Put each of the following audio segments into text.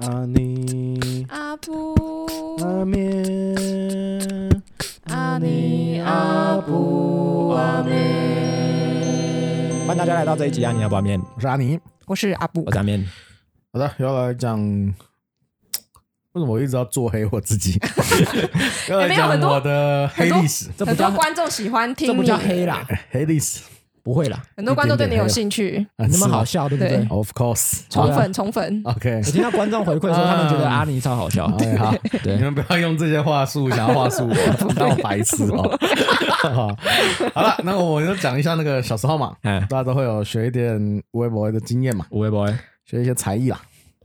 阿尼阿布阿面，阿尼阿布阿妹，欢迎大家来到这一集阿尼阿不阿面，我是阿尼。我是阿布我，是阿面。好的，要来讲为什么我一直要做黑我自 己？要来没有很讲多我的黑历史，这不很叫多观众喜欢这听不你叫，黑啦，黑历史不会啦，很多观众对你一点点黑有了兴趣，啊，那是么吗好笑，对不对对？ ？Of course。 宠粉啊宠粉， OK，我听到观众回馈说，他们觉得阿尼超好笑。哎好，你 对，们不要用这些话术，想要话术我， 你当我白痴哦。 好了，那我就讲一下那个小时候嘛，哎大家都会有学一点微博的经验嘛，五位 boy 学一些才艺啦。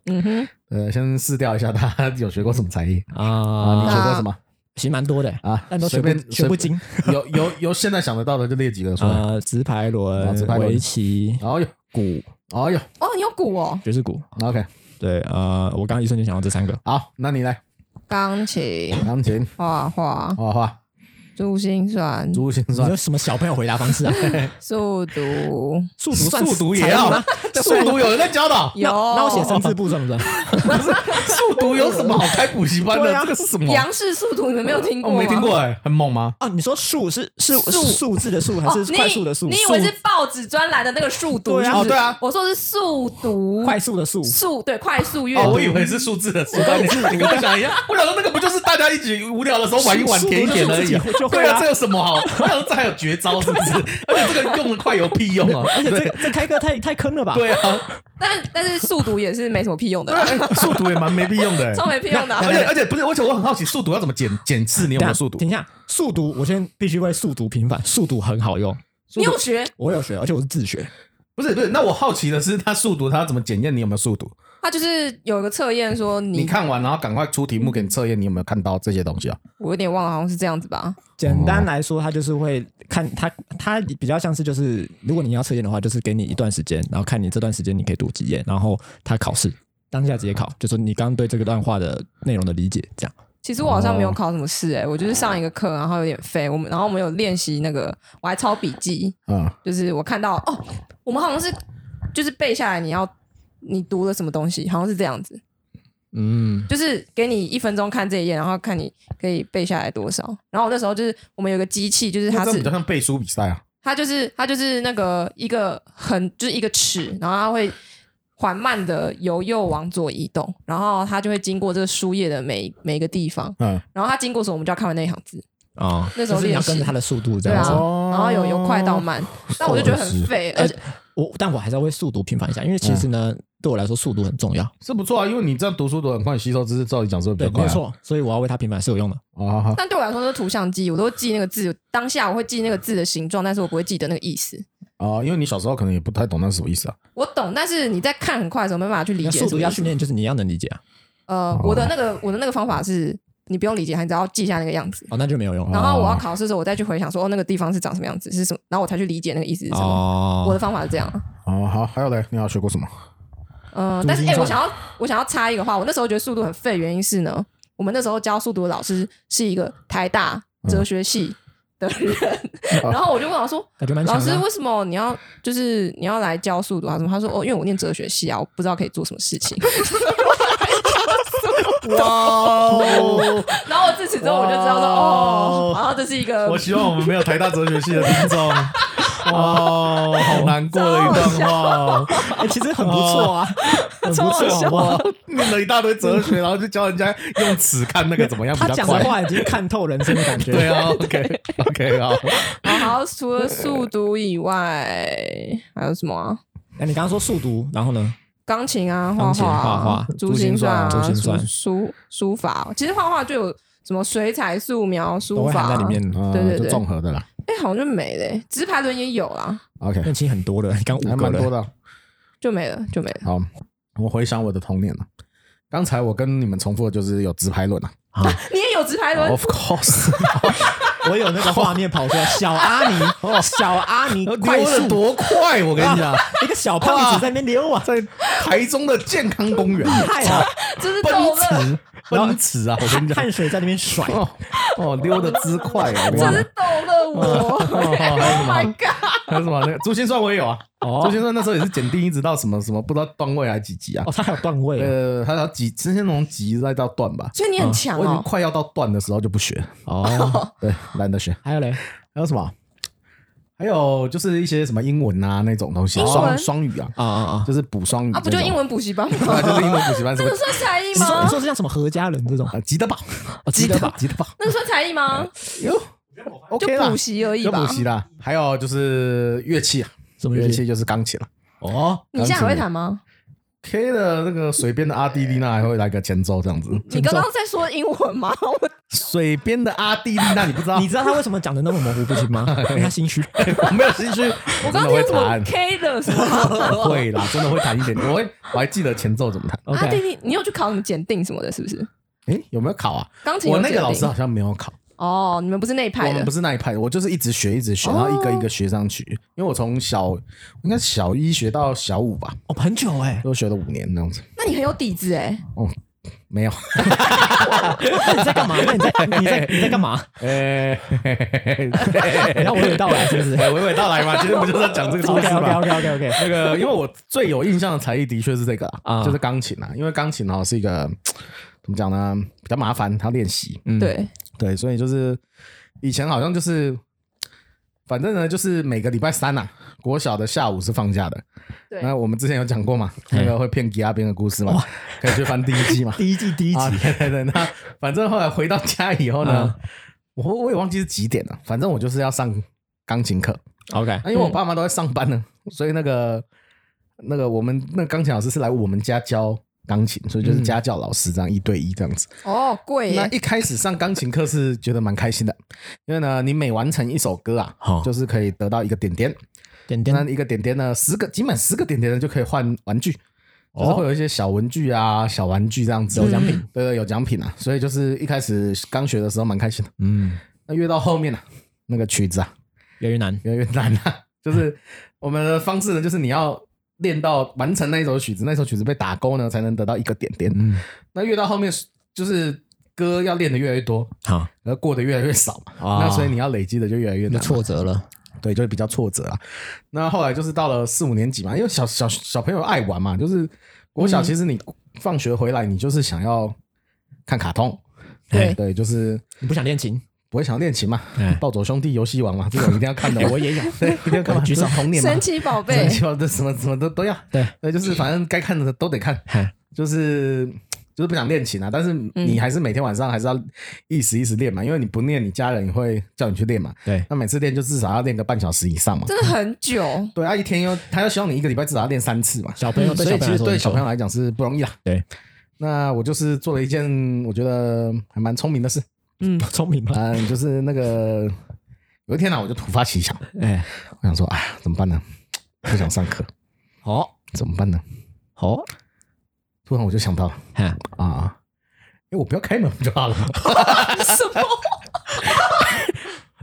嗯哼，呃，先试掉一下，大家 有学过什么才艺啊？你啊，学过什么其实蛮多的啊？但都随学不便学不精。 有有有，现在想得到的就列几个出来。呃，直排啊轮啊直排、轮围棋、哎呦，鼓、哎呦哦，你有鼓哦，爵士鼓。 ，OK，对，呃，我刚刚一瞬间想到这三个。好，那你来钢琴、钢琴、画画、画画、珠心算、珠心你算有，什么小朋友回答方式 啊？速读，速读算速读才也要吗？，速读有人在教导，有，那我写生字部算不算？ 速读有什么好开补习班对的？啊这个是什么？杨氏速读，你们没有听我过哦吗？没听过哎，很猛吗？ 啊，你说数是是速数字的数还哦，是你快速的速？你以为速是报纸专栏的那个速读？对是啊不哦是对啊我说是速读，快速的速？速对快速阅哦，读我以为是数字的数，但你你跟我想一样， 我想说那个不就是大家一起无聊的时候玩一玩、速填一填而已啊速度就是自己就？会啊对啊，这啊有什么好？我想说这还有绝招是不是？ 而且这个用的快有屁用啊！而且 这个这开课太太坑了吧？对啊，但但是速读也是没什么屁用的啦，速读也蛮没屁用的哎，超没屁用的啊。而且而且不是，而且我很好奇速读要怎么检检视你有等没一有下，速读？等一下，速读我先必须为速读平反，速读很好用，你有学？我有学，而且我是自学。不是不是，那我好奇的是，他速读他要怎么检验你有没有速读？他就是有一个测验说你，你看完然后赶快出题目给你测验你有没有看到这些东西啊？我有点忘了，好像是这样子吧？简单来说，它就是会看它，它比较像是就是，如果你要测验的话，就是给你一段时间，然后看你这段时间你可以读几页，然后它考试当下直接考，就说你刚刚对这个段话的内容的理解，这样。其实我好像没哦有考什么试哎、我就是上一个课，然后有点废，我们然后我们有练习那个，我还抄笔记，嗯，就是我看到哦，我们好像是就是背下来你要你读了什么东西，好像是这样子，嗯，就是给你一分钟看这一页，然后看你可以背下来多少。然后我那时候就是我们有个机器，就是它这是比较像背书比赛啊。它就是它就是那个一个很就是一个尺，然后它会缓慢的由右往左移动，然后它就会经过这个书页的每每一个地方，嗯，然后它经过的时候我们就要看完那一行字，啊、那时候就是你要练习跟着它的速度这对样啊，子。哦然后有由快到慢，但我就觉得很废，哦而且我但我还是要为速读平反一下，因为其实呢，对我来说速读很重要，是不错啊，因为你这样读书读很快，你吸收知识，照理讲是会比对，较快、没啊。错，所以我要为它平反是有用的。啊，好好但对我来说那是图像记忆，我都会记那个字，当下我会记那个字的形状，但是我不会记得那个意思。哦，因为你小时候可能也不太懂那是什么意思啊。我懂，但是你在看很快的时候没办法去理那解速什读么要意思训练，就是你要能理解啊，呃，我的那个我的那个方法是，你不用理解它，你只要记下那个样子。哦，那就没有用然后我要考试的时候，我再去回想说，哦，那个地方是长什么样子，是什么，然后我才去理解那个意思是什么。哦。我的方法是这样。哦，好，还有嘞，你还有学过什么？嗯，读但是心哎，我算想要我想要插一个话，我那时候觉得速度很废，原因是呢，我们那时候教速读的老师是一个台大哲学系的人， 然后我就问他说。感觉哦蛮强老的师，啊。为什么你要就是你要来教速读啊？什么？他说哦，因为我念哲学系啊，我不知道可以做什么事 情。 哇，然后我自此之后我就知道说哦，然后这是一个我希望我们没有台大哲学系的听众。哇，哦好难过的一段话。哎其实很不错啊， 很不超好错，好不好？念了一大堆哲学，然后就教人家用尺看那个怎么样比他较讲的快。话已经看透人生的感觉。对，啊，OK OK 好，然后除了速读以外，还有什么啊？那哎你刚刚说速读，然后呢？钢琴啊，画钢琴画画啊画，珠心算啊，珠心算书书书法。啊其实画画就有什么水彩、素描、都书会法含在里面。嗯对对就对综合的啦。哎，好像就没了欸。直排轮也有啦， OK，那其实很多的，刚五还个蛮多了。的。就没了，就没 了。好，我回想我的童年了。啊刚才我跟你们重复的就是有直排轮啊你也有直排哦轮， ，Of course，我有那个画面跑出来，小阿 尼，哦小阿尼，快溜速的多快！我跟 你讲， 一个小 胖子在那边溜啊，在台中的健康公园，太好，这是奔逗乐。驰分子啊！我跟你讲，汗水在那边 甩， 哦哦，溜的之快 啊！我跟你讲真是逗乐 我哦还有什！Oh 么 my god！还有什么那个珠心算我也有啊，哦珠心算那时候也是检定一直到什么什么不知道段位还几级啊哦，，他还有段位呃，还到几之前从级再到段吧，所以你很强我已经啊哦，快要到段的时候就不学了，哦，对，懒得学。还有嘞，还有什么？还有就是一些什么英文啊那种东西，英文双双语啊，啊啊啊！就是补双语啊，不就这种英？文补习班对吗 啊，？就是英文补习班什那 么个算才艺你说吗你？说是像什么何家人这种，啊，吉 德堡，哦吉德堡吉德堡，那个算才艺哎吗？哟就，OK 啦补，习而已就吧补。习啦。还有就是乐器啊，什么乐乐器器？就是钢琴了。哦，你现在还会钢琴弹吗？ K 的那个水边的阿地利娜还会来个前奏这样子，你刚刚在说英文 吗？我水边的阿地利娜你不知道？你知道他为什么讲的那么模糊不 清吗？哎因为他心虚。我没有兴趣，我我真刚的刚会听什么弹， K 的什么？ 会啦，真的会弹一点。我会我还记得前奏怎么弹。啊，对 OK，对，你有去考什么检定什么的，是不是？诶，有没有考啊？钢琴有我那个检老定师好像没有考。哦，你们不是那一派我们的哦不，是那一派的，我就是一直学，一直学，然后一个一个学上去。因为我从小我应该小一学到小五吧，哦，很久哎，都学了五年那样子。那你很有底子哎。哦，没有，你在干嘛？那你在你在你在干 嘛？哎，你要娓娓道来是不 是娓娓道来嘛，今天不就是要讲这个故？OK 事 OK 吗？ OK OK OK，那个，因为我最有印象的才艺的确是这个啊，啊就是钢琴啊，因为钢琴哦是一个怎么讲呢，比较麻烦，它练习，嗯，对，对，所以就是以前好像就是，反正呢就是每个礼拜三啊，国小的下午是放假的，对那我们之前有讲过嘛，嗯那个会骗吉亚边的故事嘛，可以去翻第一季嘛 。第一季第一啊，集，啊对对对，那反正后来回到家以后呢，我我也忘记是几点了，反正我就是要上钢琴课， OK，啊那因为我爸妈都在上班呢，所以那个那个我们那个钢琴老师是来我们家教钢琴，所以就是家教老师这样一对一这样子。哦，贵那耶，一开始上钢琴课是觉得蛮开心的，因为呢，你每完成一首歌啊，好就是可以得到一个点点，点那点一个点点呢，十个集满十个点点呢，就可以换玩具，就是会有一些小文具啊、小玩具这样子，有嗯奖品，对对，有奖品啊，所以就是一开始刚学的时候蛮开心的，嗯，那越到后面啊，那个曲子啊越来越难。越来越难啊， 就是我们的方式呢，就是你要练到完成那一首曲子，那首曲子被打勾呢，才能得到一个点点，嗯，那越到后面就是歌要练的越来越多，好，而过得越来越少嘛，啊那所以你要累积的就越来越就难嘛，挫折了。对，就会比较挫折啊。那后来就是到了四五年级嘛，因为小小小朋友爱玩嘛，就是国嗯小其实你放学回来，你就是想要看卡通，对对，就是你不想练琴？不会想要练琴嘛，哎暴走兄弟、游戏王嘛，这种一定要看的哎，嘛，我也 有。对，一定要看嘛， 我举手就是童年嘛神，奇宝贝 神，奇宝贝什么什么都都要，对，对，就是反正该看的都得看，嗨就是就是不想练琴啊，但是你还是每天晚上还是要一时一时练嘛，因为你不练，你家人也会叫你去练嘛。对，那每次练就至少要练个半小时以上嘛。真的很 久。对啊，一天又他要希望你一个礼拜至少要练三次嘛。小朋友所对以小朋其友实来说对很小朋重友要来讲是不容易啦。对，那我就是做了一件我觉得还蛮聪明的事，嗯，聪明吧？嗯，就是那个有一天呢、我就突发奇想，哎，我想说，哎呀，怎么办呢？不想上课，好，怎么办呢？好，突然我就想到嗨啊，因为我不要开门就好了。什么？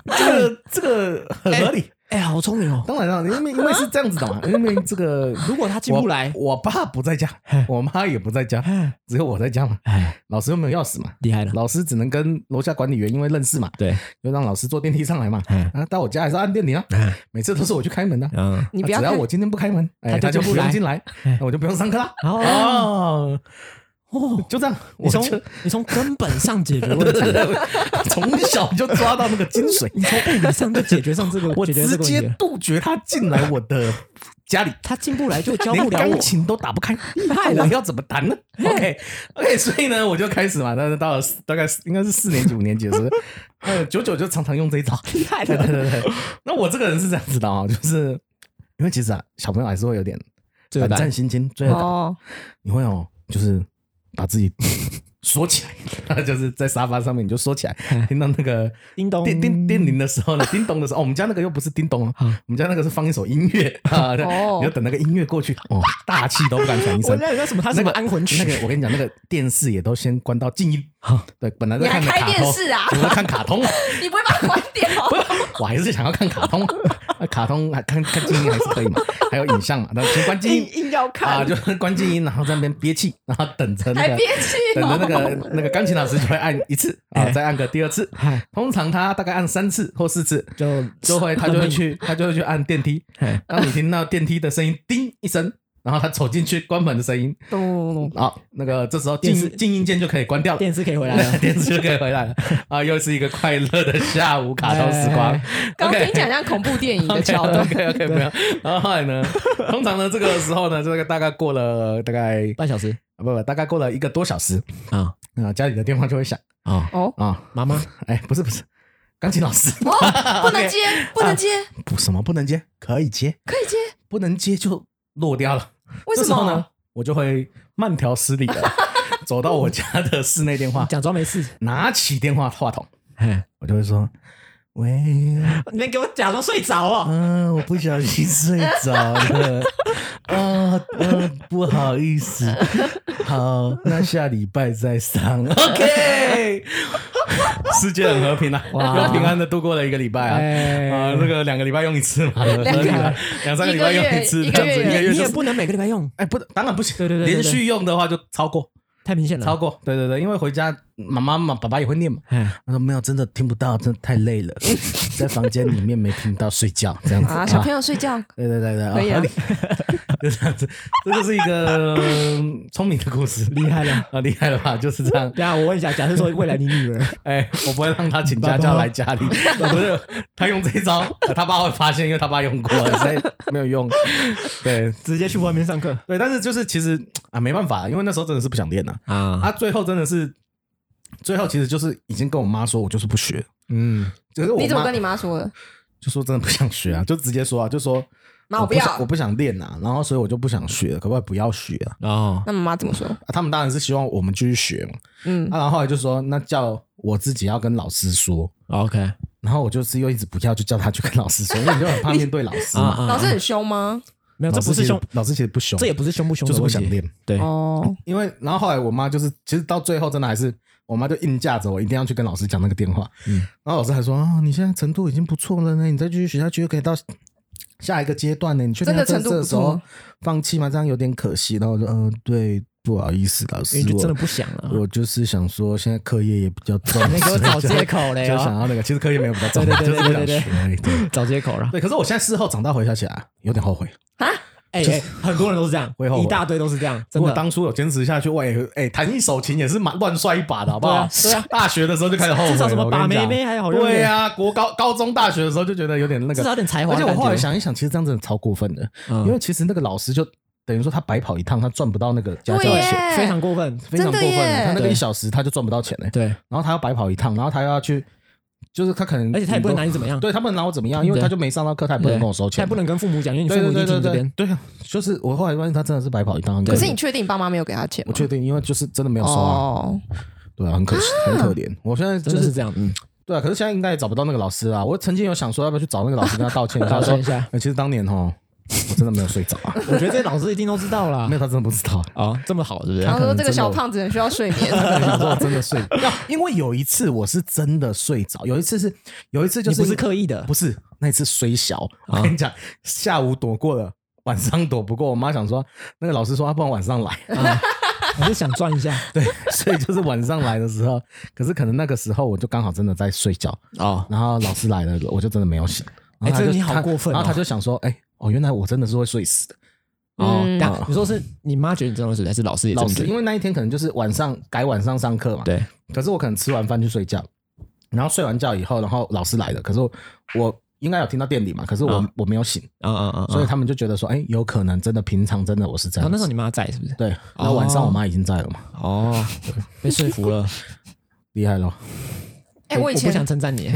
这个这个很合理。哎，好聪明哦！当然了，因为因为是这样子的嘛，因为这个如果他进不来，我，我爸不在家，我妈也不在家，哎只有我在家嘛。哎，老师又没有钥匙嘛，厉害了。老师只能跟楼下管理员因为认识嘛，对，就让老师坐电梯上来嘛。哎啊，到我家还是按电铃啊，哎每次都是我去开门的、啊。嗯，你不要只要看我今天不开门，哎，他他就就进不不来用进来， 哎那我就不用上课啦。哦哦，哦，就这 样，我你从就你从根本上解决问题， 从小就抓到那个精 髓，你从物理上就解决上这个， 我解决这直个问题接了。杜绝他进来我的家 里。他进不来就教连不了我钢。琴都打不开，害那了我要怎么 弹呢？OK OK，所以呢，我就开始嘛，但是到了四大概是应该是四年级、五年级的时候，呃，九九就常常用这一 招。厉害对对了，对对，那我这个人是这样子的啊、就是因为其实啊，小朋友还是会有点罪恶胆感战心惊、罪恶感，哦，你会哦，就是把自己 缩起来， 就是在沙发上面你就缩 起来，听到那个叮咚叮叮叮铃的时候呢，叮咚的时候，哦，我们家那个又不是叮咚哦，我们家那个是放一首音乐 啊，对哦你就等那个音乐过去，哦，大气都不敢喘一我声。那个什么，他是什么安魂曲那？个我跟你讲，那个电视也都先关到静音。对，本来在看你卡还开 通，电视啊我在看卡通， 你不会把它关掉？我还是想要看卡通。那卡通还看看静音还是可以嘛，还有影像嘛，那先关静硬音硬要啊，看，就是关静音，然后在那边憋气，然后等着那还个憋气等着哦那个那个钢琴老师就会按一次啊，哎再按个第二次，嗨，通常他大概按三次或四次，就就会他就会，去他就会去按电梯，哎当你听到电梯的声音叮一声，然后他走进去关门的声音，咚咚咚咚啊，那个这时候电视静静音键就可以关掉了。。电视可以回来了 电视就可以回来了啊！又是一个快乐的下午卡通时光。刚刚听起来像恐怖电 影的桥段， OK OK，没有。然后后来呢，通常呢这个时候呢，这个大概过了大概 半小时啊不不，大概过了一个多小时啊啊，家里的电话就会响啊，哦，啊。妈妈哎，不是不是，钢琴老师 哦，不能接，不能接，不什么不能接，可以接，可以接，不能接就落掉了。为什这时候呢么？，我就会慢条斯理 的走到我家的室内电话，假装没事，拿起电话话筒，哎，我就会说：“喂，你们给我假装睡着哦。嗯、我不小心睡着了，啊、嗯、不好意思，好，那下礼拜再上，OK。”世界很和平啊，哇又平安的度过了一个礼拜啊。啊，哎这个两个礼拜用一次嘛，合理啊，两三个礼拜用一次，一这个样子月一个月你就也是不能每个礼拜用，哎，不，当然不行，对对对对对连续用的话就超过，太明显了。超过，对对对，因为回家妈妈嘛，爸爸也会念嘛，哎，嗯他说没有，真的听不到，真的太累 了，在房间里面没听到睡 觉这样子啊，小朋友睡觉，对对对对，啊可以啊合理 就这样子，这就是一个嗯聪明的故事，厉害了 啊，厉害了吧？就是这样。等一下我问一下，假设说未来你 女儿，哎，我不会让他请家教来家里， 不是他用这一招， 他爸会发现，因为他爸用过了，所以没有用。对直接去外面上课对，但是就是其实啊，没办法，因为那时候真的是不想练呐、啊，啊，最后真的是，最后其实就是已经跟我妈说，我就是不学，嗯，就是我你怎么妈跟你妈说的？就说真的不想学啊，就直接说啊，就说妈我不不要想我不想练啊，然后所以我就不想学了，可不可以不要学啊？哦，那妈妈怎么说？啊他们当然是希望我们继续学嘛。嗯啊，然后后来就说那叫我自己要跟老师说， OK 啊然后我就是又一直不要，就叫他去跟老师说，因为你就很怕面对老师 啊，嘛。啊老师很凶吗？没有，这老师不是其实凶，老师其实不凶，这也不是凶不凶就的是不问想题，练。对，哦，因为然后后来我妈就是，其实到最后真的还是我妈就硬架着我一定要去跟老师讲那个电话。嗯然后老师还说啊、你现在程度已经不错了呢，你再继续学下去就可以到下一个阶段呢。你确定真的要在程度这不时候错放弃吗？这样有点可惜。然后我说嗯、对，不好意思，老师， 因为就哎真我的不啊想了。我就是想说，现在课业也比较 重，你给我找借口所以嘞就哦 就想要那个，其实课业没有比较重，对对对就是不想对对对学而已对 找借口 了，对，可是我现在事后长大回想起来，有点后悔。哎、哎很多人都是这样会后，悔一大堆都是这样，如真果的。啊当初有坚持下去，喂，哎、弹一手琴也是蛮乱摔一把的，好不好？对啊对啊大学的时候就开始后悔了，至少什么我跟你把妹讲妹还好用一点对啊，国高、高中、大学的时候就觉得有点那个，至少有点才华而的且感觉我后来想一想，其实这样真的超过分的，嗯因为其实那个老师就等于说他白跑一趟，他赚不到那个家对教的钱，耶，非常过分，非常过分真的的。耶他那个对一小时他就赚不到钱嘞、对，然后他要白跑一趟，然后他又要去，就是他可能，而且他也不能拿你怎么样，对他不能拿我怎么样，因为对他就没上到课，他也不能跟我收他钱，也不能跟父母讲，因为你对父母对一定对对听你这对边，对啊，就是我后来发现他真的是白跑一趟，对可是你确定你爸妈没有给他钱吗？我确定，因为就是真的没有收啊，哦，对啊，很 可惜，很可怜。我现在真就的是是这样，嗯，对啊，可是现在应该也找不到那个老师啊。我曾经有想说要不要去找那个老师跟他道 歉一下，道歉一说下哎其实当年哦，我真的没有睡着 啊， 我觉得这些老师一定都知道啦没。有，他真的不知道。 哦，这么好是不是然？后可说能这真的个小胖子很需要睡 眠，我想说我真的睡，因为有一次我是真的睡着，有一次是有一次就你是不是刻意的啊不是那一次虽小，我跟你讲，下午躲过了，晚上躲不过。我妈想说，那个老师说，啊，不然晚上来，啊，我是想赚一 下对， 所以就是晚上来的时候，可是可能那个时候我就刚好真的在睡觉，哦。然后老师来了，我就真的没有醒。然后他哎这就你好他过分哦然后他就想说，哎、哦，原来我真的是会睡死的。哦，嗯等下你说是你妈觉得你这种事，还是老师也这老么师觉得？因为那一天可能就是晚上改晚上上课嘛，。对，可是我可能吃完饭去睡觉，然后睡完觉以后，然后老师来了，可是我我应该有听到店里嘛，可是我、啊我没有醒，啊啊啊！所以他们就觉得说，哎、有可能真的平常真的我是这然样后子。那时候你妈在是不是？对，然后晚上我妈已经在了嘛，哦， 被说服了。厉害了。 哎，我以不前想称赞 你，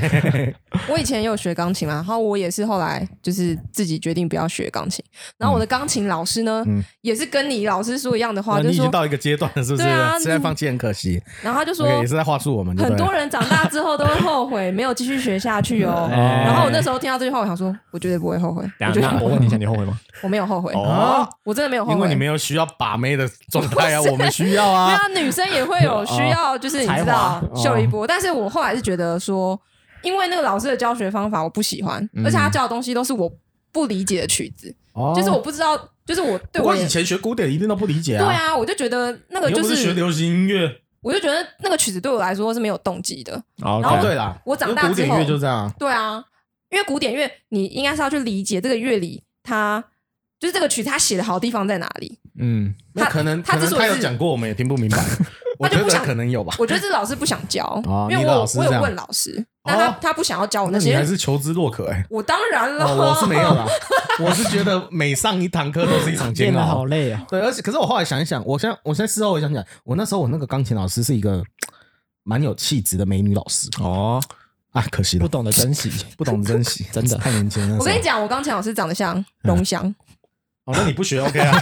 我以前也有学钢琴嘛，然后我也是后来就是自己决定不要学钢琴，然后我的钢琴老师呢嗯，也是跟你老师说一样的话，就你已说经，到一个阶段了，是不是？对啊现在放弃很可惜，然后他就说 OK，也是在话术我们就对很了多人长大之后都会后悔没有继续学下去哦。哎然后我那时候听到这句话，我想说，我绝对不会后悔，等我下绝对那不我会问你一下，你后悔吗？我没有后悔，哦我真的没有后悔。因为你没没有需要把 妹的状态啊，我们需要啊。哦有啊，女生也会有需要，就是你知道才秀一波。但是我后来是觉得说，因为那个老师的教学方法我不喜欢，嗯而且他教的东西都是我不理解的曲子，哦啊就是我不知道，就是我对不我过也以前学古典一定都不理解对啊，我就觉得那个你又就不是学流行音乐。我就觉得那个曲子对我来说是没有动机的。然然哦，后对啦，我长因为大古之典后乐就这样，对啊，因为古典乐你应该是要去理解这个乐理它，就是这个曲子它写的好地方在哪里。嗯，那他可能他可之能所以他有是讲过，我们也听不明 白。我就觉不得想可能有吧。我觉得这老师不想教， 哦因为你我老有师我这样有问老师，但他、哦他不想要教我那那你些还。是求知若渴 哎。我当然了，哦，我是没有啦，我是觉得每上一堂课都是一场煎练 的熬好。累啊。对，而且可是我后来想一想，我现在我现在事后回想起来，我那时候我那个钢琴老师是一个蛮有气质的美女老师哦，啊，可惜不了，懂得珍惜，不懂珍惜， 真的太年轻了。我跟你讲，我钢琴老师长嗯得像荣祥，哦，那你不学 OK 啊？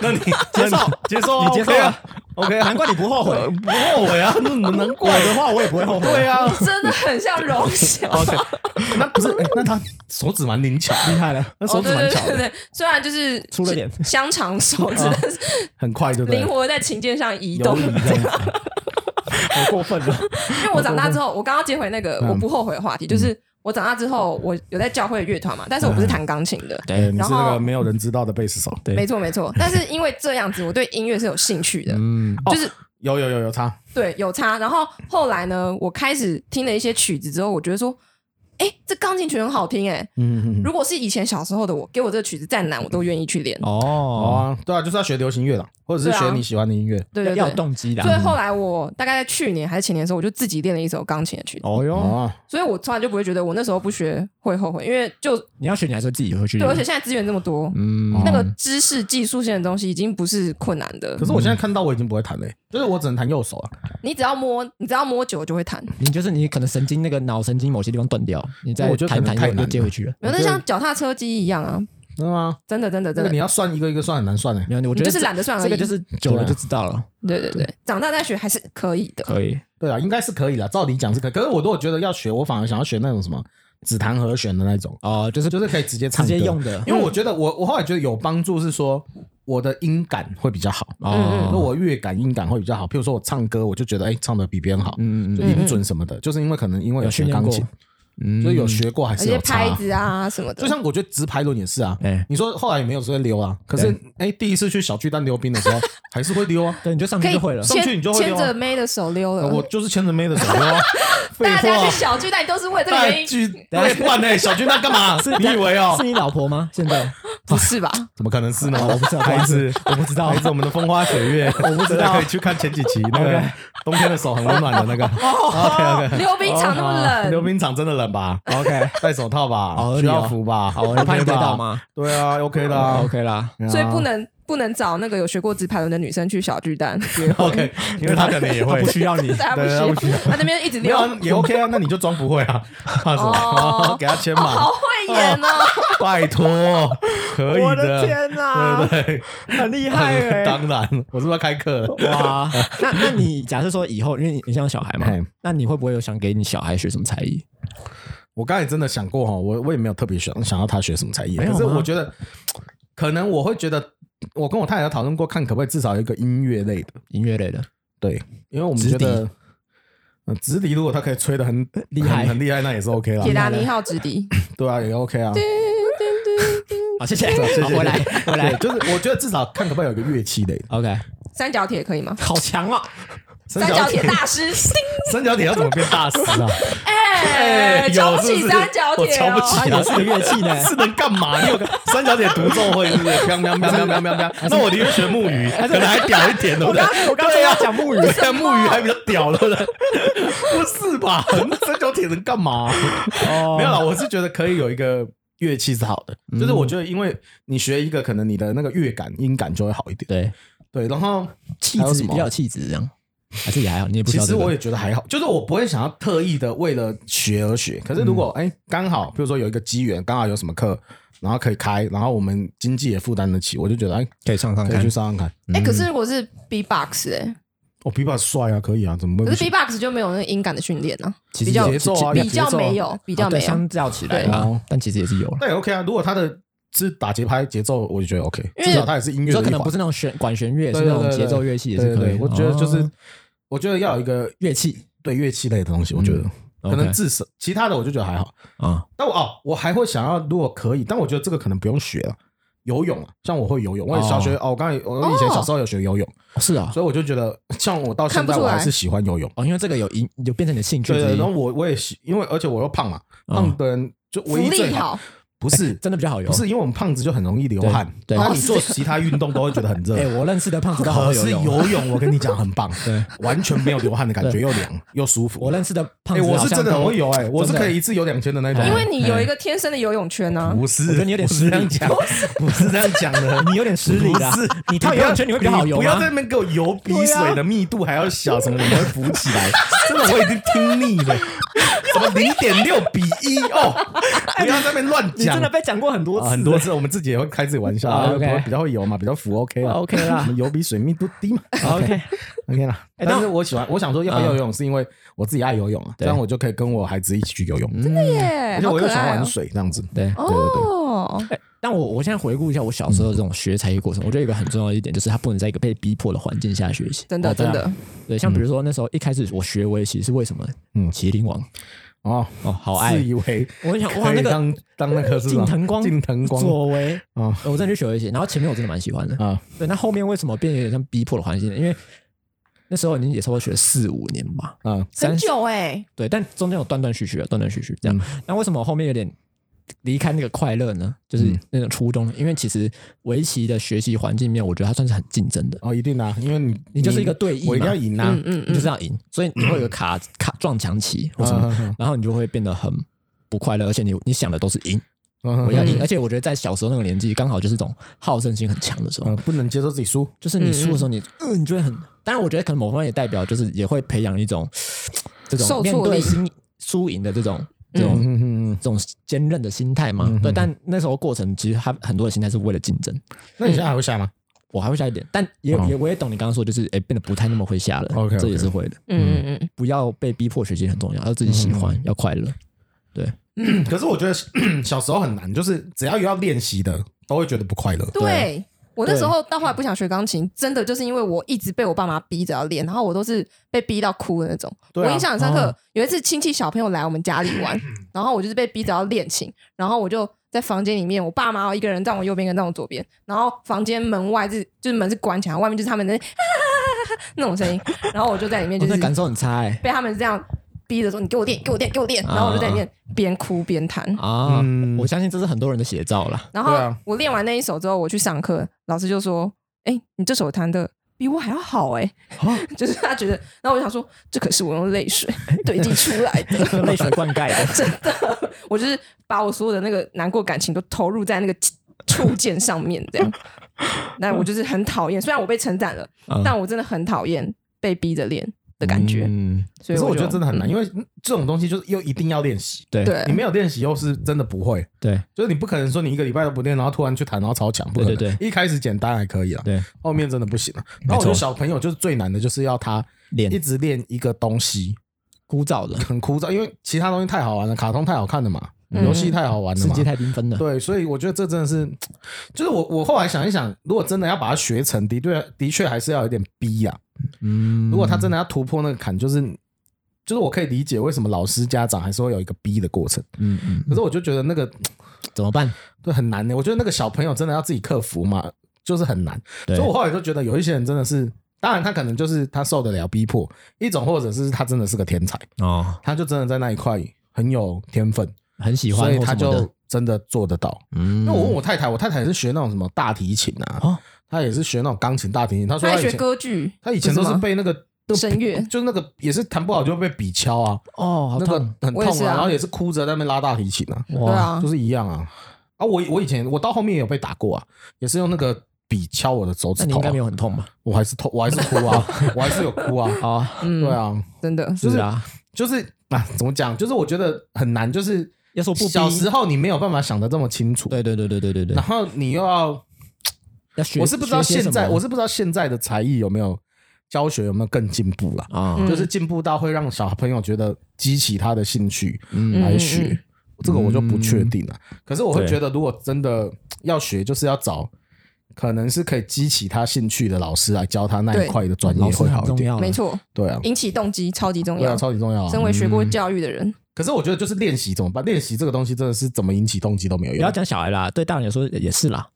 那你接受接受啊你接受 OK 啊啊？OK 啊？难怪你不后悔。呃不后悔啊，那难怪的话我也不会后悔。对啊，哦真的很像荣 祥。哦 对，那不是哎，那他手指蛮灵巧，厉害了，那哦，手对指对蛮巧对的，对，虽然就是出了点香肠手指，但是很快，嗯对不对灵？活地在琴键上移游动移。这样子，好过分了。因为我长大之后，我刚刚接回那个嗯我不后悔的话题，就是我长大之后，我有在教会乐团嘛，但是我不是嗯弹钢琴的，对，哎你然是那后个没有人知道的贝斯手。对没错 没错。但是因为这样子，我对音乐是有兴趣的，嗯，就是哦有有有有他，对有差。然后后来呢，我开始听了一些曲子之后，我觉得说，哎，这钢琴曲很好听哎。嗯嗯嗯，如果是以前小时候的我，给我这个曲子再难，我都愿意去练。哦哦，啊，对啊，就是要学流行乐啦，或者是对啊学你喜欢的音乐。对对要有对。啊动机的所。以后来我大概在去年还是前年的时候，我就自己练了一首钢琴的曲子，哦哟，哦，所以我从来就不会觉得我那时候不学会后悔，因为就嗯你要学，你还是自己会去对，练。而且现在资源这么多，嗯，那哦个知识技术性的东西已经不是困难的可，是我现在看到我已经不会弹嘞，就是我只能弹右手啊。你只要摸，你只要摸久了就会弹。你就是你可能神经那个脑神经某些地方断掉，你再我觉得弹可能弹太又难又接回去了。没有，那像脚踏车机一样啊，真的吗？真的，真的，哦这真个的你，要算一个一个算很难算欸嘞。嗯没有，我你觉就得是这懒得算而这已个。就是久了就知道了。对对对，长大再学还是可以的。可以，对啊，应该是可以啦，照理讲是可以。可是我如果觉得要学，我反而想要学那种什么只弹和弦的那种，哦，就是就是可以直接直唱歌接用，的。因为我觉得我我后来觉得有帮助是说我的音感会比较好。嗯那哦，我乐感音感会比较好，譬如说我唱歌，我就觉得哎、唱的比别人好，嗯就嗯音准什么的，就是因为可能因为有学训练钢过琴，嗯，所以有学过还而是且有差拍啊。子啊什么的，就像我觉得直排轮也是啊，哎，你说后来也没有时间溜啊，可是哎、第一次去小巨蛋溜冰的时 候还是会溜啊，对，你就上可去以就会了。上去你牵就会牵溜啊着妹的手溜了。我就是牵着妹的手溜 啊，废大家去话，小巨蛋都是为了这个原大因，巨对，不然呢、小巨蛋干嘛？你以为哦、是你老婆吗？现在 不是吧？怎么可能是呢？我不知道孩子， 我不知道孩子，我们的风花雪月，我不知道 可以去看前几集那个 OK 哦冬天的手很温暖的那个。OK OK， 溜冰场那么溜冷，冰场真的冷吧？ ，OK，戴手套吧好合理，哦需要服吧？好， OK 怕你吧得到？吗哦对啊，OK 的啊？OK 啦，对啊所以不能不能找那个有学过直排轮的女生去小 巨蛋 约会， OK，因为他可能也他会 不。需要你。大家不对行他不 需要，他那边一直没有溜，啊也 OK 啊，那你就装不会啊，怕什么 哦？给他签哦好嘛，会演哦。 拜托，可以我的的，啊天哪，对对， 很厉害 哎、当然，我是不是要开课了？哇， 那那你假设说以后，因为你你像小孩嘛嘿，那你会不会有想给你小孩学什么才艺？我刚才真的想过哈，我我也没有特别想想要他学什么才艺，啊没有可吗是我觉得可能我会觉得，我跟我太太有讨论过，看可不可以至少有一个音乐类的，音乐类的，对，因为我们直笛觉得。呃直笛如果他可以吹的很厉害很很厉害，那也是 OK 啦铁。达尼号直笛，对啊，也 OK 啊。好，谢谢，谢谢好，回来，回对，来就是我觉得至少看可不可以有一个乐器类的。 ，OK，三角铁可以吗？好强哦，三三角铁 大师，三角铁要怎么变大师啊？哎，瞧不起三角我铁瞧不哦。起啊它也是个乐器 呢是能干嘛？你有个 三角铁独奏会是不是？ 喵喵喵喵喵喵喵。那我宁愿学木鱼，可能还屌一点，对不对？我刚才对要啊，讲木鱼，对啊，木鱼还比较屌，对不对？不是吧？三角铁能干嘛？ 哦没有啦，我是觉得可以有一个乐器是好的，就是我觉得因为你学一个，可能你的那个乐感、音感就会好一点。对，对，然后气嗯还有质什么比较有气质这样，还是也还好，你也不需其要实这我个，也觉得还好，就是我不会想要特意的为了学而学。可是如果哎刚、好，比如说有一个机缘，刚好有什么课，然后可以开，然后我们经济也负担得起，我就觉得哎、可以上上可以看嗯去，上上看。 哎，可是我是 B-box 哎，哦，琵琶帅啊，可以啊，怎么会可不是行？ B-box 就没有那个音感的训练啊，其比实较节奏啊比较节奏没有，比比较没有，相较起来对啦哦，但其实也是有了。那也 OK 啊，如果他的是打节拍节奏，我就觉得 OK，因至为少他也是音你乐说的可一能环不。是那种弦管弦乐，是对那对种对节奏乐器也是对可对以。我觉得就是哦，我觉得要有一个乐器，对乐器类的东西，我觉得嗯可 OK 能至少其他的我就觉得还好。啊，但我哦，我还会想要，如果可以，但我觉得这个可能不用学了。游泳啊，像我会游泳，我也小学哦我刚才我以前小时候有学游泳，是啊，所以我就觉得，像我到现看不在出我来还是喜欢游泳。哦，因为这个有影有变成你的兴趣对，之对一然后我我也喜，因为而且我又胖嘛，嗯胖的人就福唯一最利好好，不是真的比较好游不。是，因为我们胖子就很容易流汗，对对哦然后你做其他运动都会觉得很热。 哎，我认识的胖子都好可会游是泳啊，游泳，我跟你讲很棒， 对，完全没有流汗的感觉，又凉又舒服。我认识的胖哎，子我好是像真的很都会游，哎，我是真的哎可以一次游两千的那种。哎因为你有一个天生的游泳圈啊呢。不是，我觉得你有点不是这样失讲，不是这样讲 的。你有点失礼啦不是，你跳游泳圈你会比较好啊游不要吗在？那边给我游比水的密度还要小，什么你会浮起 来？真的，我已经听腻了。什么零点六比一 哦？不要在那边乱你真讲的。被讲过很多啊次，很多次我们自己也会开自己玩笑啊啊，OK 比较会游嘛，比较浮 OK 啊 OK 啦我们游比水密度低嘛 OK， OK 啦。哎但是那我喜欢，我想说要不要游泳，是因为我自己爱游泳啊，这嗯对样我就可以跟我孩子一起去游泳，真的耶哎而且好我又可喜欢爱玩哦！水这样子。对。哦，哎但我我现在回顾一下我小时候这种学才艺过程，我觉得有一个很重要的一点就是，他不能在一个被逼迫的环境下学习。真的哦对啊真的，对，像比如说那时候一开始我学围棋是为什么？嗯嗯，麒麟王哦，哦，好自爱。以为我很想哇，可以那个呃当当那个是什么近藤光近藤光左为啊我真的去学围棋，然后前面我真的蛮喜欢的。啊，对，那后面为什么变得有点像逼迫的环境呢？因为那时候已经也差不多学了四五年吧，嗯，很30久哎，对，但中间有断断续续的，断断续续这样。嗯那为什么后面有点离开那个快乐呢？就是嗯那种初衷，因为其实围棋的学习环境里面，我觉得它算是很竞争的，哦，一定的啊，因为你你就是一个对弈嘛我一定要赢啊嗯，嗯你嗯，就是要赢，所以你会有个 卡卡撞墙期或什么，嗯然后你就会变得很不快乐，而且你你想的都是赢，我我要赢。嗯而且我觉得在小时候那个年纪，刚好就是这种好胜心很强的时候嗯，，不能接受自己输，就是你输的时候你，嗯你就会很。当然，我觉得可能某方面也代表，就是也会培养一种这受挫种面对力心输赢的这种这种、嗯嗯嗯。这种坚韧的心态嘛。嗯哼对，但那时候过程其实他很多的心态是为了竞争。那你现在还会下吗？我还会下一点，但也哦也我也懂你刚刚说，就是哎、诶变得不太那么会下了。 OK，OK 这也是会的。嗯嗯嗯，不要被逼迫学习很重要，要自己嗯喜欢，要快乐。可是我觉得 小时候很难，就是只要有要练习的，都会觉得不快乐。对。我那对时候到后来不想学钢琴，真的就是因为我一直被我爸妈逼着要练，然后我都是被逼到哭的那种。对啊我印象很深刻，哦有一次亲戚小朋友来我们家里玩，然后我就是被逼着要练琴，然后我就在房间里面，我爸妈一个人站我右边，跟站我左边，然后房间门外是就是门是关起来，外面就是他们的那种声音，然后我就在里面我就的是感受很差哎、被他们这样逼着说：“你给我练，给我练，给我练。”啊然后我就在里面边哭边弹。啊、嗯我相信这是很多人的写照 啦。然对后啊我练完那一首之后，我去上课，老师就说：“哎、你这首弹的比我还要好哎、啊 就是他觉得。”然后我就想说：“这可是我用 泪水堆积出来的，泪水灌溉的，真的，我就是把我所有的那个难过感情都投入在那个触键上面，这 样。那我就是很讨厌，虽然我被称赞了，嗯但我真的很讨厌被逼着练的感觉。嗯，可所以是我就觉得真的很难，嗯因为这种东西就是又一定要练习，对对你没有练习又是真的不会，对就是你不可能说你一个礼拜都不练，然后突然去弹，然后超强，不可能。对对一开始简单还可以了，对，后面真的不行了。错然后我觉得小朋友就是最难的，就是要他一脸直练一个东西，枯燥的，很枯燥，因为其他东西太好玩了，卡通太好看了嘛，嗯游戏太好玩了世嘛界。太缤纷了。对，所以我觉得这真的是，就是我我后来想一想，如果真的要把它学成，的确的确还是要有点逼啊。嗯如果他真的要突破那个坎，就是就是我可以理解为什么老师家长还是会有一个逼的过程，嗯嗯，可是我就觉得那个怎么办？对很难呢、欸我觉得那个小朋友真的要自己克服嘛，就是很难。对所以我后来就觉得有一些人真的是，当然他可能就是他受得了逼迫，一种或者是他真的是个天才，哦，他就真的在那一块很有天分，很喜欢所或以什么的，他就真的做得到。嗯，那我问我太太，我太太也是学那种什么大提琴啊，哦她也是学那种钢琴、大提琴。她说她他还以前学歌剧，她以前都不是吗被那个那个声乐就是那个也是弹不好就会被比敲啊，哦，好那痛个很我痛也是啊，啊然后也是哭着在那边拉大提琴啊，对哇！啊就，是一样啊。啊，我我以前我到后面也有被打过啊，也是用那个笔敲我的手指那你头啊、应该没有很痛吧？我还是痛，我还是哭 啊，我还是有哭啊。啊，嗯，对，啊，真的，是啊，就是啊，怎么讲？就是我觉得很难，就是要说不逼小时候你没有办法想的这么清楚，对对对对对对对然，后你又要要学我是不知道学些现什在，么我是不知道现在的才艺有没有教学有没有更进步啦，啊，嗯就是进步到会让小朋友觉得激起他的兴趣嗯来学，嗯这个我就不确定了。可是我会对觉得，如果真的要学，就是要找可能是可以激起他兴趣的老师来教他那一对块的专业老师会很好一重点。要，没，错，对啊，引起动机超级重对要啊，。超级重要啊身。为学过教育的人，可是我觉得就是练习怎么办？练习这个东西真的是怎么引起动机都没有不要用。讲小孩啦，对大人来说也是啦。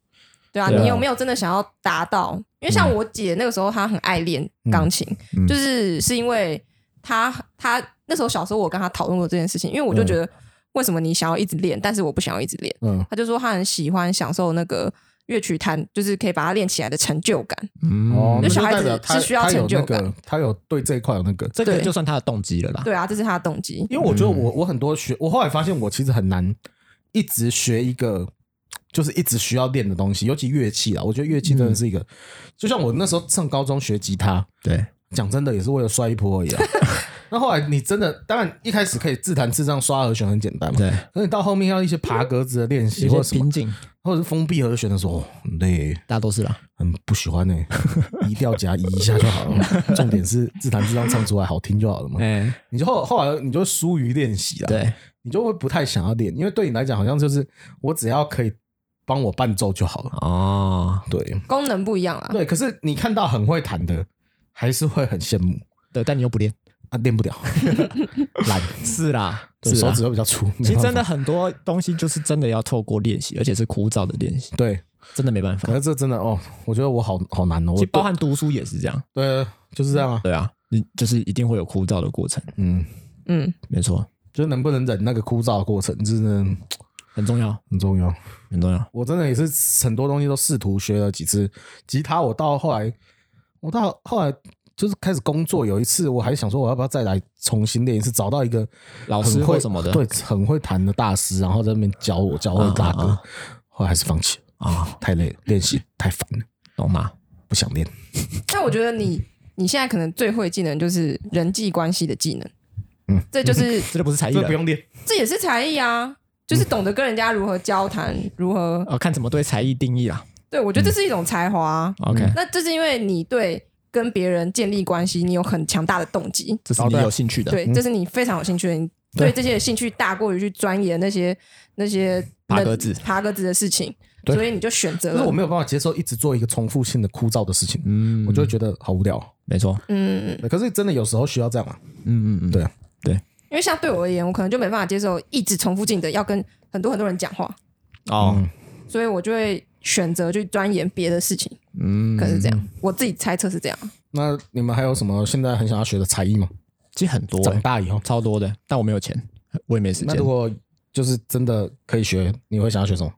对啊，对啊你有没有真的想要达到？因为像我姐那个时候，她很爱练钢琴，嗯嗯嗯就是是因为她她那时候小时候，我跟她讨论过这件事情，因为我就觉得为什么你想要一直练，但是我不想要一直练。嗯她就说她很喜欢享受那个乐曲弹，就是可以把它练起来的成就感。嗯，哦，那就小孩子代表他是需要他有成就那个感他有对这一块有那个，这个对就算他的动机了啦。对啊，这是她的动机。因为我觉得我嗯我很多学，我后来发现我其实很难一直学一个，就是一直需要练的东西，尤其乐器啦。我觉得乐器嗯真的是一个，就像我那时候上高中学吉他，对，讲真的也是为了摔一波而已啊。 那后来你真的，当然一开始可以自弹自唱刷和弦很简单嘛，对，可是你到后面要一些爬格子的练习，或者有些什么瓶，颈，或者是封闭和弦的时候，哦很累。大家都是啦。很不喜欢呢、移调夹移一下就好了。重点是自弹自唱唱出来好听就好了嘛。哎，你就后后来你就疏于练习了，对，你就会不太想要练，因为对你来讲好像就是我只要可以帮我伴奏就好了。哦，对功能不一样啊，对，可是你看到很会弹的，还是会很羡慕对，但你又不练，啊，练不了，懒，是啦，对是手啦。指会比较粗。啊其没实办真的法很多东西就是真的要透过练习，而且是枯燥的练习，对，真的没办法可。是这真的哦，我觉得我好好难哦。我其实包含读书也是这样，对，就是这样啊，对啊，你就是一定会有枯燥的过程，嗯，嗯，没错，就是能不能忍那个枯燥的过程，真的很重要，很重要。很重要。我真的也是很多东西都试图学了几次。吉他我到后来，我到后来就是开始工作，有一次我还想说我要不要再来重新练一次，找到一个老师很或会什么的对，很会弹的大师，然后在那边教我教会大啊啊哥，后来还是放弃了，啊，太累了，练习太烦了，懂吗？不想练。但我觉得你你现在可能最会技能就是人际关系的技能，嗯这就是这就不是才艺啊这不了，用练，这也是才艺啊，就是懂得跟人家如何交谈，如何呃，看怎么对才艺定义啦。对我觉得这是一种才华啊、嗯 OK，那这是因为你对跟别人建立关系，你有很强大的动机，这是哦你对啊有兴趣的，对，这是你非常有兴趣的，你对对这些兴趣大过于去钻研那些那些爬人格子爬格子的事情，对所以你就选择可是我了，没有办法接受一直做一个重复性的枯燥的事情，嗯，我就会觉得好无聊。没错，嗯，对可是真的有时候需要这样啊，嗯嗯嗯，对啊，因为像对我而言，我可能就没办法接受一直重复性的要跟很多很多人讲话，嗯哦，所以我就会选择去钻研别的事情，嗯，可能是这样，我自己猜测是这样。那你们还有什么现在很想要学的才艺吗？其实很多长欸，大以后，超多的，但我没有钱，我也没时那间如。果就是真的可以学，你会想要学什么？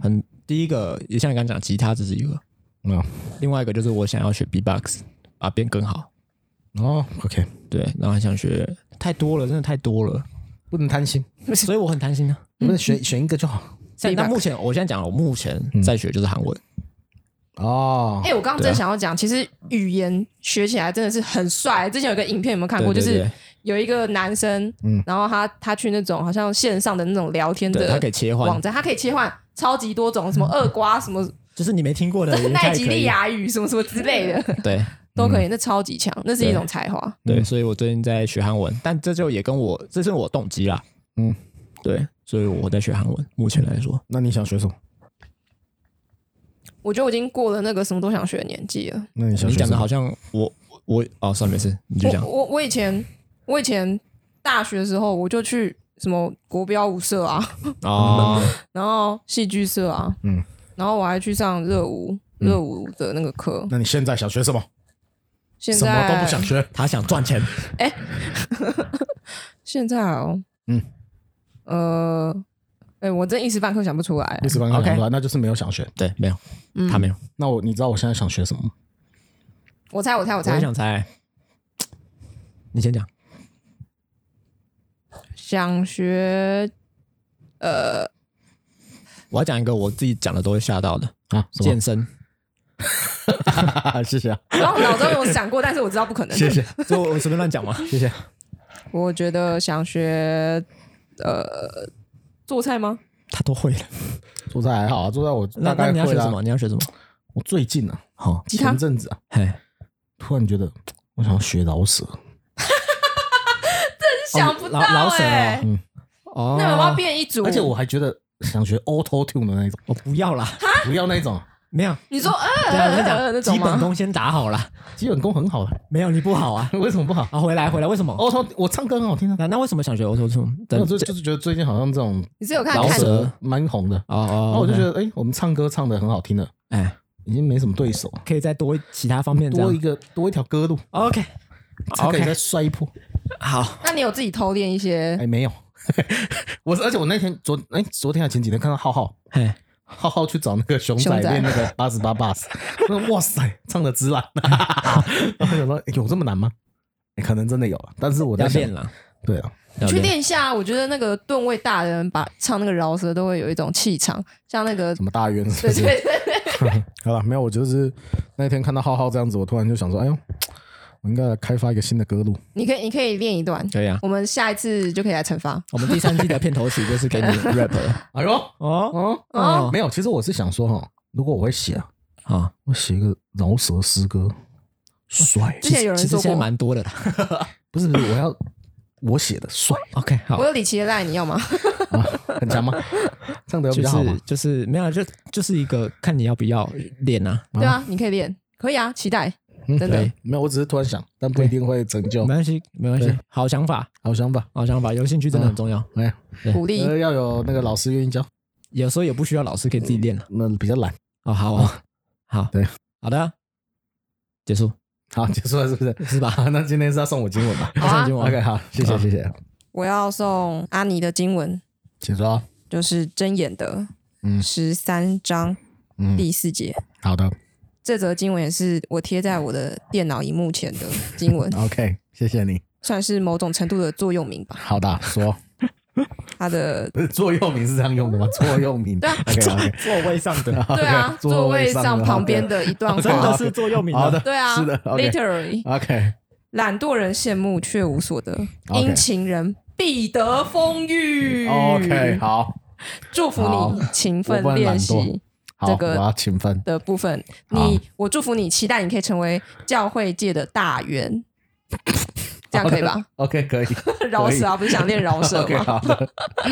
很第一个，也像你刚刚讲，吉他这是一个，嗯，另外一个就是我想要学 B-box，把变更好。哦，OK，对，然后还想学太多了，真的太多了，不能贪心，所以我很担心啊。不能选选一个就好。像那 B-box 目前，我现在讲了，我目前嗯在学就是韩文，哦哎、，我刚刚对啊正想要讲，其实语言学起来真的是很帅。之前有一个影片有没有看过？对对就对是有一个男生，嗯然后他他去那种好像线上的那种聊天对，的它可以切换网，站，他可以切换超级多种，什么厄瓜，什 么就是你没听过的也 奈太可及利以。啊亚语，什么什么之类的嗯对 都可以，那超级强，那是一对种才华。对，所以我最近在学韩文，但这就也跟我这是我动机啦。嗯，对，所以我在学韩文，目前来说，那你想学什么？我觉得我已经过了那个什么都想学的年纪了。那你想你学讲什的么好？像我我我哦，算了没事，你就讲我。我我以前我以前大学的时候，我就去什么国标舞社啊，哦，然后戏剧社啊，嗯嗯，然后我还去上热舞嗯热舞的那个课。那你现在想学什么？现什在么都不想学。他想赚钱，现在哦，嗯嗯，呃，哎、我真一时半刻想不出来一。时半刻想 OK 不出来，那就是没有想学。对，没有，嗯他没有，那我你知道我现在想学什么吗？我猜，我猜，我我猜也，想猜。你先讲，想学我要讲一个我自己讲的都会吓到的 啊，什健身，么？ 谢谢啊，然后脑中有闪过，但是我知道不可能。谢谢， 就我随便乱讲嘛。谢谢。我觉得想学呃做菜吗？他都会了。做菜还好啊，做菜我那大概那你要会学什啦么？。你要学什么？我最近啊，好，吉他前阵子啊，嘿，突然觉得我想要学饶舌，想不到老老沈哎、哦嗯哦那我要变一组，而且我还觉得想学 Auto Tune 的那一种，我不要啦，不要那一种，没有，你说呃对啊，我跟你 呃那讲，种基吗本功先打好了，基本功很好啊，没有你不好啊。为什么不好？啊，回来回来，为什么？哦，他我唱歌很好听啊，那那为什么想学 auto tune？但真就就是觉得最近好像这种你是有看老看舍蛇蛮红的，哦哦，然后我就觉 OK，得，哎，我们唱歌唱的很好听了，哎，已经没什么对手，可以再多其他方面嗯这多一样。个多一条歌路， OK 才可以再 OK，摔一波。好，那你有自己偷练一些哎，没有， 我是而且我那天昨哎昨天还前几天看到浩浩。嘿，浩浩去找那个熊仔熊仔练那个八十八 bus，我说哇塞，唱的直烂， 然后想说有这么难吗？哎可能真的有啊，但是我要在想练，了，对啊，要去练。练一下，我觉得那个吨位大的人把唱那个饶舌都会有一种气场，像那个嗯什么大冤是对不是？对 对，好了，没有，我就是那天看到浩浩这样子，我突然就想说，哎呦，我应该来开发一个新的歌路。你可以你可以练一段，可以啊，我们下一次就可以来惩罚。我们第三季的片头曲就是给你 rap 的哎呦，哦哦，哦没有，其实我是想说哈，如果我会写啊，好，我写一个饶舌诗歌， 帅，之前有人其实说现在过，蛮多的啦。不是不是，我要我写的帅 OK，好我，有李琦的赖，你要吗？啊，很强吗？这样的比就较好吗是？就是没有啊，就就是一个看你要不要练啊，对啊，你可以练，可以啊，期待，嗯真的对。没有，我只是突然想，但不一定会成就没。关系，没关系对，好想法，好想法，好想法，有兴趣真的很重要。哎，鼓励。呃要有那个老师愿意教，有时候也不需要老师，可以自己练了。那比较懒。哦，好，好，好，嗯对，好的，结束好，结束了是不是？是吧？好， 那今天是要送我经文吧好啊已经完？OK，了。好，谢谢好谢谢，我要送阿尼的经文，请说。就是睁眼的嗯十三章嗯，第四节。好的，这则经文也是我贴在我的电脑荧幕前的经 文，OK，谢谢你。算是某种程度的座右铭吧。好的，说它 的不是 座右铭是这样用的吗？ 座右铭对啊 OK，座位上的，对啊，座位上旁边的一段 真话的，是座右铭好的，对啊是的，OK ，literally， OK，懒惰人羡慕却无所得， OK 殷勤人必得风嗯雨。 OK，好，祝福你好勤我不奋能懒惰练习好，这我个要勤奋。的部分。好你，我祝福你，期待你可以成为教会界的大员， 这样可以吧？ ？OK，可以。 饶舌啊，不是想练饶 舌 OK，吗？好的。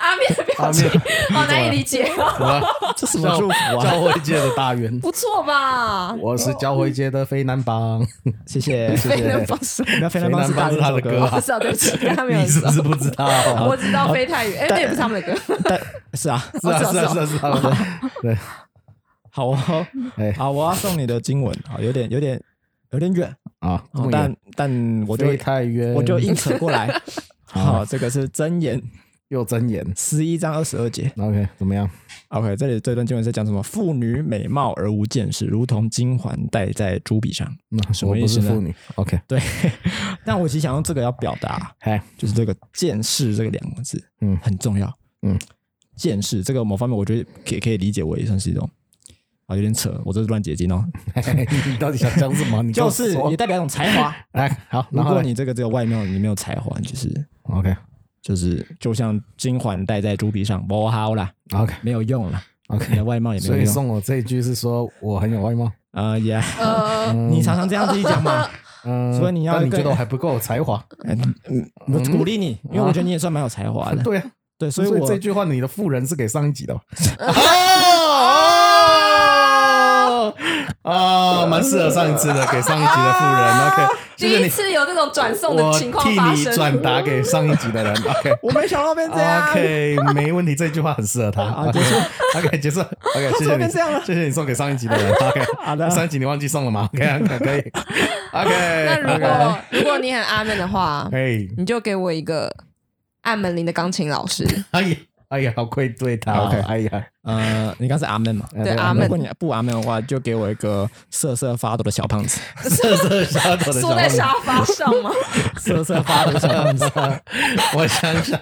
阿面的表阿情面啊好难以理解哦，什么？ 这什么祝福啊？教会界的大员，不错吧？我是教会界的非男帮。谢谢，谢对非谢。能放手，那非常棒是大非常棒是他的这首歌啊不知道，对不起，他没有你是知道不，是不知道？我知道飞太远，哎，那也不是他们的 歌，但是啊，是啊，我是知道啊，是啊，是啊。对，好哦，哎，好，我要送你的经文，好，有点有点有点远，啊，这哦么但远但我就飞太远，我就硬扯 过来。好，这个是箴言又睁眼。十一章二十二节。 OK，怎么样？ OK，这里这段经文是讲什么？妇女美貌而无见识，如同金环戴在珠笔上。那什我么意不是思呢妇女。OK，对，但我其实想用这个要表达，嗨， 就是这个“见识”这个两个字，嗯很重要。嗯，见识这个某方面，我觉得也可以理解为也算是一种啊，有点扯，我这是乱解经哦。你到底想讲什么？你告就诉是我也代表一种才华。哎，好，如然后果嘞你这个只有外貌，你没有才华，你就是 OK 就是就像金环戴在珠鼻上，不好啦， OK 没有用啦。你 OK，的外貌也哎没所有以用。送我这一句是说我很有外貌，啊也，呃，你常常这样自己讲嘛，嗯，所以你要但你更觉得我还不够有才 华？嗯嗯，我鼓励你，因为我觉得你也算蛮有才华的。对啊，对，所所以以我这句话你的妇人是给上一集 的吧。哦啊，哦蛮适合上一次的，给上一集的妇人。OK，谢 第谢一你，次有这种转送的我情况替发你生，转达给上一集的人。OK。我没想到变这样。 OK，没问题，这句话很适合 他。啊结 OK，结束。OK，谢怎谢么你变这样了，谢谢你送给上一集的 人。OK，好的上一集你忘记送了吗？OK，可以。 那如 OK，OK，果如果你很阿面的话， 哎，你就给我一个按门铃的钢琴老师，哎呀，哎呀，好愧对他哦。 OK 哎 呀， 呃，你刚是阿门嘛？对阿如门果你不阿门的话，就给我一个瑟瑟发抖的小胖子，瑟瑟发抖的小坐在沙发上吗？ 瑟瑟发抖的小胖子。 我想想，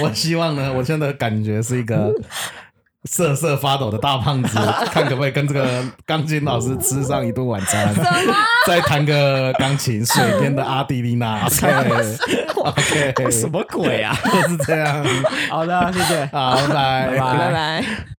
我希望呢，我现在的感觉是一个瑟瑟发抖的大胖 子，看可不可以跟这个钢琴老师吃上一顿晚餐， 再弹个钢琴，水边的阿地丽娜，OK，OK， 什么鬼啊？就是这样，好的，谢谢。好，拜拜拜拜。